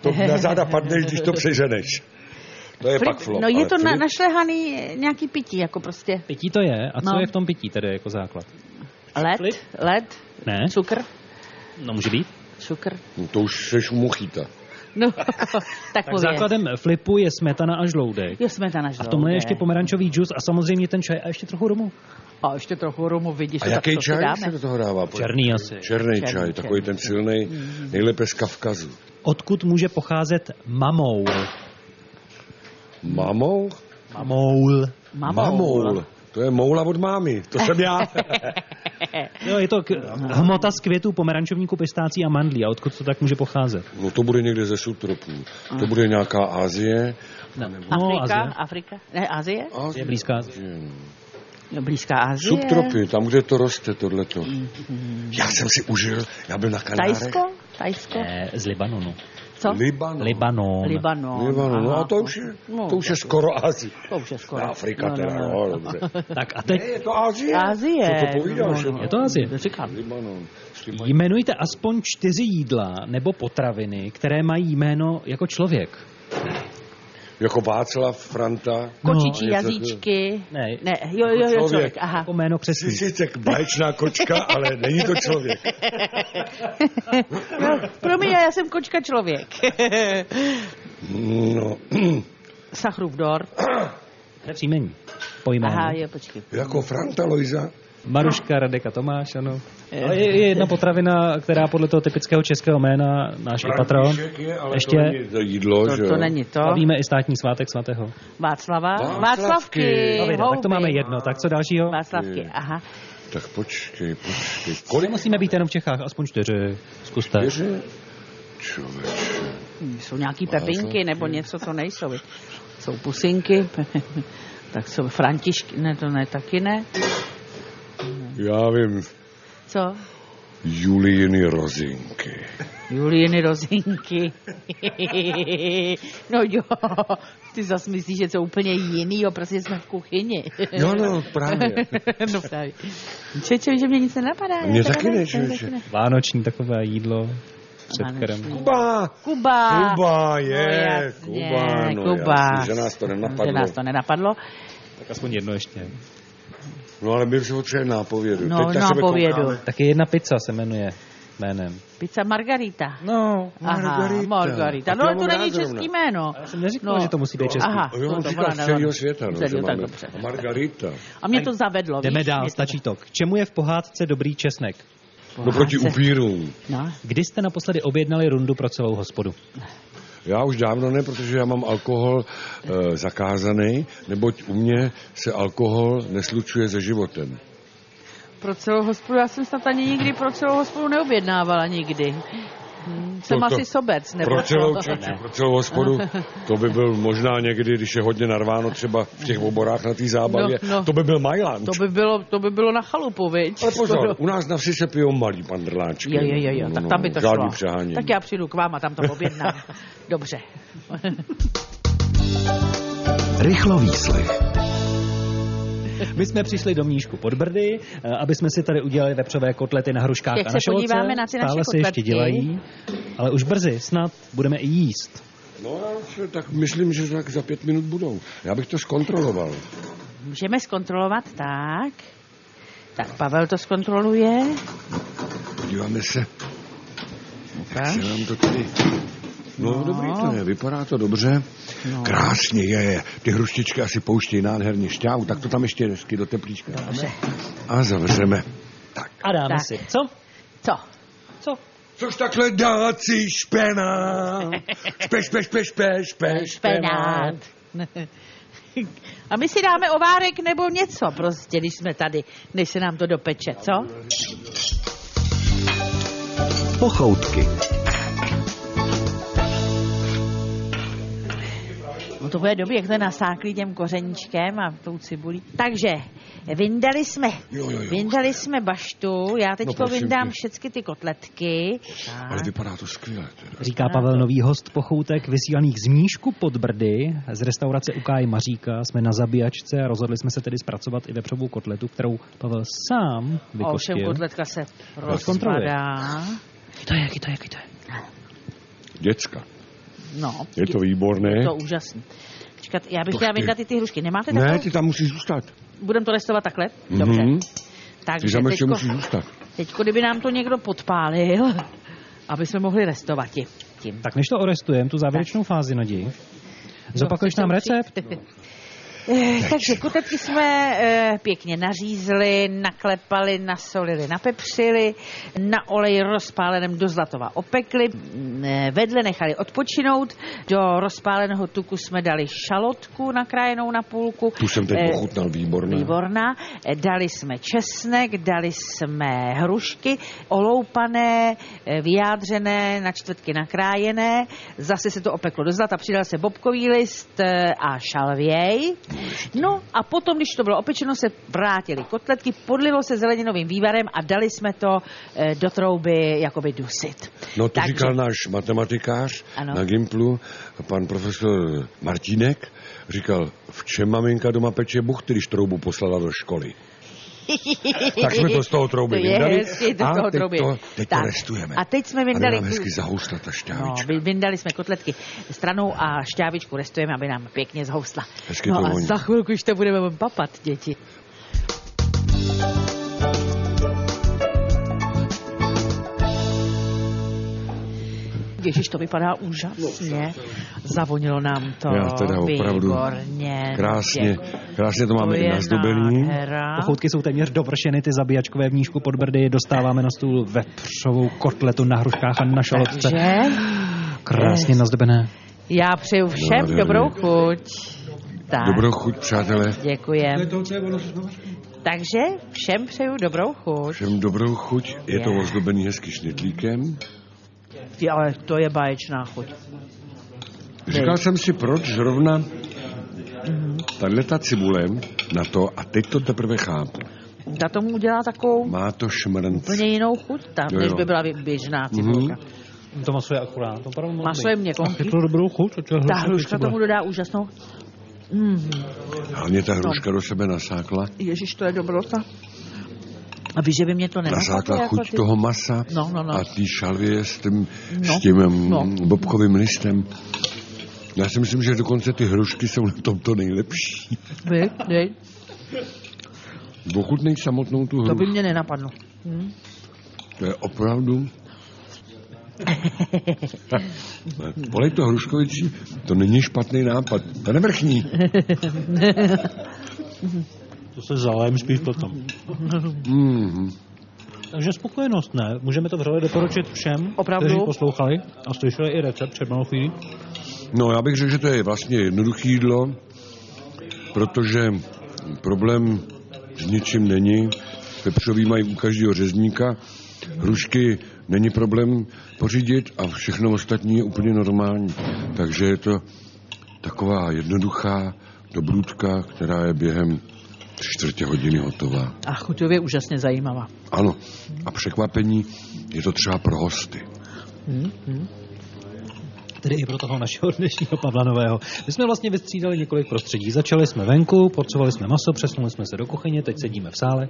To na záda padneš, když to přeženeš. To je pak flop.
no je
ale
to na,
flip-
našlehaný eh, nějaký pití, jako prostě
Pití to je. A co
No.
je v tom pití tedy jako základ?
led,
Flip?
led,
Ne?
cukr,
No může být.
cukr.
No To už seš u muchýta.
No, tak,
Tak
tak
základem flipu je smetana a žloudek.
Jo, smetana,
A v tomhle je ještě pomerančový džus a samozřejmě ten čaj a ještě trochu rumu.
A ještě trochu rumu, vidíš,
A
no, tak
jaký
to si
čaj se
dáme.
do toho dává?
Černý asi.
Černý
Černý,
čaj,
černý. Mhm.
takový ten silný, nejlépe z Kavkazu.
Odkud může pocházet mamoul?
Mamou?
Mamoul.
Mamoul. no.
Mamoul. To je moula od mámy, to jsem já.
E.
Jo, je to k- hmota z květů pomerančovníku, pistácí a mandlí. A odkud to tak může pocházet?
No to bude někde ze subtropů. To bude nějaká Asie.
Afrika,
Azie.
Afrika, ne, Azie,
No, Je blízká.
no, blízká Azie.
Subtropy, tam, kde to roste, tohleto.
Mhm.
Já jsem si užil, já byl na Kanárech.
Tajsko, Tajsko,
Ne, eh, z Libanonu.
co?
Libanon.
Libanon.
Libanon.
Libanon, no
aha.
a to už je,
No,
to už je skoro Asie.
to už je skoro.
Afrika
No,
teda,
no,
no, dobře.
Tak a teď
Je to Asie.
Azie.
Co to
No,
No, povídáš?
je to Azie.
Říkám.
Libanon.
Jmenujte aspoň čtyři jídla nebo potraviny, které mají jméno jako člověk.
Jako Václav, Franta.
Kočičí
No, je to-
jazyčky.
Ne,
Ne, jo, jo, jo,
Člověk.
člověk, aha.
jako jméno křesní.
Sice báječná kočka, ale není to člověk.
No, promiň, já jsem kočka člověk.
No,
Sachrův dor.
To je příjmení. Pojmání.
Aha, jo, počkej.
jako Franta Lojza.
Maruška, Radek a Tomáš, ano.
Eh.
Ale je, je jedna potravina, která podle toho typického českého jména, náš i patron,
František je, ale
Ještě?
to není to jídlo, že
To, to
jo?
není to.
slavíme i státní svátek svatého.
Václava.
Václavky.
Václavky.
No, vidíte, tak to
houby.
máme jedno, tak co dalšího?
Václavky, aha.
Tak počkej, počkej.
Kolik
Kolik
musíme být jenom v Čechách? Aspoň čtyři. Zkuste.
věře? Člověče.
Hm, Jsou nějaký pepinky nebo něco, co nejsou. viď? Jsou pusinky. tak jsou Františky, ne, to ne, taky ne.
Já vím,
Co?
Julijiny rozinky.
Julijiny rozinky. no jo, ty zas myslíš, že to je úplně jiný, jo, prostě jsme v kuchyni.
Jo, no, právě.
no právě. Čeče, že mě nic nenapadá.
Mě
Teda
taky ne,
mě
čeče.
taky ne.
Vánoční takové jídlo. Před krem.
Kuba!
Kuba. No,
Kuba, je,
jasně,
Kuba, no
Kuba.
jasně, že nás to
Že
nenapadlo.
nás to nenapadlo.
Tak aspoň jedno ještě.
No ale my potřebujeme nápovědu.
No,
Teď na sebe
nápovědu.
koukáme.
Taky jedna pizza se jmenuje jménem.
Pizza Margarita.
No.
Aha,
Margarita.
Margarita.
A
No,
to
ale
já
to
mám
není
rád zrovna.
český jméno.
Já jsem neříkal, že to musí být český.
No. Aha,
Jo,
no,
on
to
říká
byla
z
na-
celého světa. No, že
Celého, tak
máme.
dobře.
A Margarita.
A mě to zavedlo.
Jdeme
no, víš,
dál,
mě to-
stačí to. K čemu je v pohádce dobrý česnek?
No proti
Pohádce.
upírům.
No,
Kdy jste naposledy objednali rundu pro celou hospodu?
Já už dávno ne, protože já mám alkohol e, zakázaný, neboť u mě se alkohol neslučuje se životem.
Pro celou hospodu, já jsem snad ani nikdy pro celou hospodu neobjednávala nikdy. Hm, Jsem
to-
asi sobec, nebo
Pro
co?
celou čeči, pro celou hospodu, to by byl možná někdy, když je hodně narváno třeba v těch oborách na té zábavě,
No, no.
to by byl majlán.
To by bylo, to by bylo na chalupu, viď?
Ale pozor, u nás na vsi se pijou malí pandrláčky.
Jo, jo, jo, jo, tak tam by to
No, žádný
šlo.
přehánění.
Tak já přijdu k vám a tam to objednám. Dobře.
Rychlo výslech.
My jsme přišli do mnížku pod Brdy, eh, aby jsme si tady udělali vepřové kotlety na hruškách
Teď
a
se
na šelotce.
podíváme na ty naše
Stále se
kotletky.
ještě dělají, ale už brzy snad budeme i jíst.
No, já už tak myslím, že tak za pět minut budou. Já bych to zkontroloval.
Můžeme zkontrolovat tak. Tak Pavel to zkontroluje.
Podíváme se. Jak se nám to tady... No, no, dobrý to je, vypadá to dobře. No. Krásně je, je, ty hruštičky asi pouštějí nádherně šťávu, tak to tam ještě hezky do teplíčka dáme. A zavřeme. Tak.
A dáme
Tak.
si, co?
Co?
Což takhle dát si špená. Špe, špe, špe, špe, špe,
Špenát. A my si dáme ovárek nebo něco prostě, když jsme tady, než se nám to dopeče, co?
Pochoutky.
No to bude dobrý, jak to nasáklí těm kořeničkem a tou cibulí. Takže, vyndali jsme,
Jo, jo, jo.
vyndali jsme baštu, já teď
No,
no,
prosím
vyndám
tě.
všechny ty kotletky.
Ale vypadá to skvěle. Teda.
Říká Pavel Nový host pochoutek vysílaných z Mnížku pod Brdy z restaurace Ukáj Maříka. Jsme na zabíjačce a rozhodli jsme se tedy zpracovat i vepřovou kotletu, kterou Pavel sám
Ovšem,
vykostil.
kotletka se
zkontroluj.
rozpadá.
To je, jaký to je, jaký to je.
Děcka,
No,
je to výborné.
to úžasný. Počkat, já bych
To
chtěla
chtěj.
vyndat i ty hrušky. Nemáte
Ne,
takové?
ty tam musíš zůstat.
Budem to restovat takhle? Dobře.
Mhm. Ty
Takže
tam ještě
teďko,
musíš zůstat.
teďko, kdyby nám to někdo podpálil, aby jsme mohli restovat ti- tím.
Tak než to orestujeme, tu závěrečnou fázi naději. Zopakuješ nám recept?
Eh, Takže kotletky jsme eh, pěkně nařízli, naklepali, nasolili, napepřili, na oleji rozpáleném do zlatova opekli, mm, eh, vedle nechali odpočinout, do rozpáleného tuku jsme dali šalotku nakrájenou na půlku.
Tu jsem teď
Eh,
ochutnal, výborná.
Výborná. Eh, Dali jsme česnek, dali jsme hrušky, oloupané, eh, vyjádřené, na čtvrtky nakrájené. Zase se to opeklo do zlata, přidal se bobkový list eh, a šalvěj. No a potom, když to bylo opečeno, se vrátily kotletky, podlilo se zeleninovým vývarem a dali jsme to eh, do trouby jakoby dusit.
No to
Takže-
říkal náš matematikář
Ano.
na Gimplu, pan profesor Martínek, říkal, v čem maminka doma peče buchty, když troubu poslala do školy. Tak jsme to z toho trouby
To je
vyndali
hezky, to z
a
toho
teď
trouby.
to- teď to
Tak.
restujeme.
A teď jsme
Tady
vyndali...
nám hezky zahoustla ta
No,
šťávička.
vy- vyndali jsme kotletky stranou a šťávičku restujeme, aby nám pěkně zhoustla.
Hezky
no
to
a
voní.
za chvilku už to budeme papat, děti. Ježíš, to vypadá úžasně. Zavonilo nám to.
Já teda opravdu
Výborně.
Krásně,
Děkuji.
krásně to máme
To
i
je
nazdobený.
nádhera.
Pochoutky jsou téměř dovršeny, ty zabíjačkové v nížku pod brdy. Dostáváme na stůl vepřovou kotletu na hruškách a na šalotce.
Takže
Krásně nazdobené.
já přeju všem
Nádherný.
dobrou chuť. Tak.
Dobrou chuť, přátelé.
Děkujem. Takže všem přeju dobrou chuť.
Všem dobrou chuť. Je to ozdobený hezky šnitlíkem.
Ty, ale to je báječná chuť.
Říkal jsem si, proč zrovna tahle ta cibule na to, a teď to teprve chápu,
Ta tomu udělá takovou
má to šmrnc.
úplně jinou chuť, ta,
Jo, Mhm. jo.
než by byla bě- běžná cibulka. Mm-hmm.
To maso je akurát. To opravdu moc
Maso
dobrý.
je měkonký.
A je to dobrou chuť. to je
Ta
hrozně
hruška
dobrá.
tomu dodá úžasnou. Mm,
Hlavně ta hruška do sebe nasákla.
Ježíš, to je dobrota. A víš, že by mě to nenapadlo.
Nasákla chuť toho masa
jako No, no, no.
a tý šalvě s tím,
No,
s tím mm,
no.
bobkovým listem. Já si myslím, že dokonce ty hrušky jsou na tomto nejlepší.
Vy, dej,
Ochutnej samotnou tu
to
hru.
by mě nenapadlo.
To je opravdu... Polej to hruškovicí, to není špatný nápad. To nevrchní.
To se zalém spíš potom.
Mm-hmm.
Takže spokojenost ne. Můžeme to vřele doporučit všem,
Opravdu?
kteří poslouchali a slyšeli i recept před malou chvílí.
No, já bych řekl, že to je vlastně jednoduché jídlo, protože problém s ničím není. Pepřový mají u každého řezníka, hrušky není problém pořídit a všechno ostatní je úplně normální. Takže je to taková jednoduchá dobrůdka, která je během tři čtvrtě hodiny hotová.
A chuťově úžasně zajímavá.
Ano, a překvapení je to třeba pro hosty.
tedy i pro toho našeho dnešního Pavla Nového. My jsme vlastně vystřídali několik prostředí. Začali jsme venku, porcovali jsme maso, přesunuli jsme se do kuchyně, teď sedíme v sále,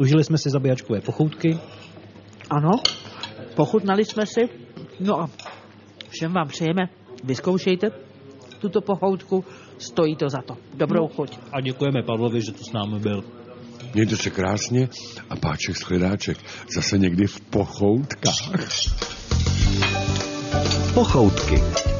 užili jsme si zabijačkové pochoutky.
Ano, pochutnali jsme si. No a všem vám přejeme, vyzkoušejte tuto pochoutku, stojí to za to.
No.
Dobrou chuť.
A děkujeme Pavlovi, že tu s námi byl.
Mějte se krásně a páček shledáček zase někdy v pochoutkách.
Pochoutky.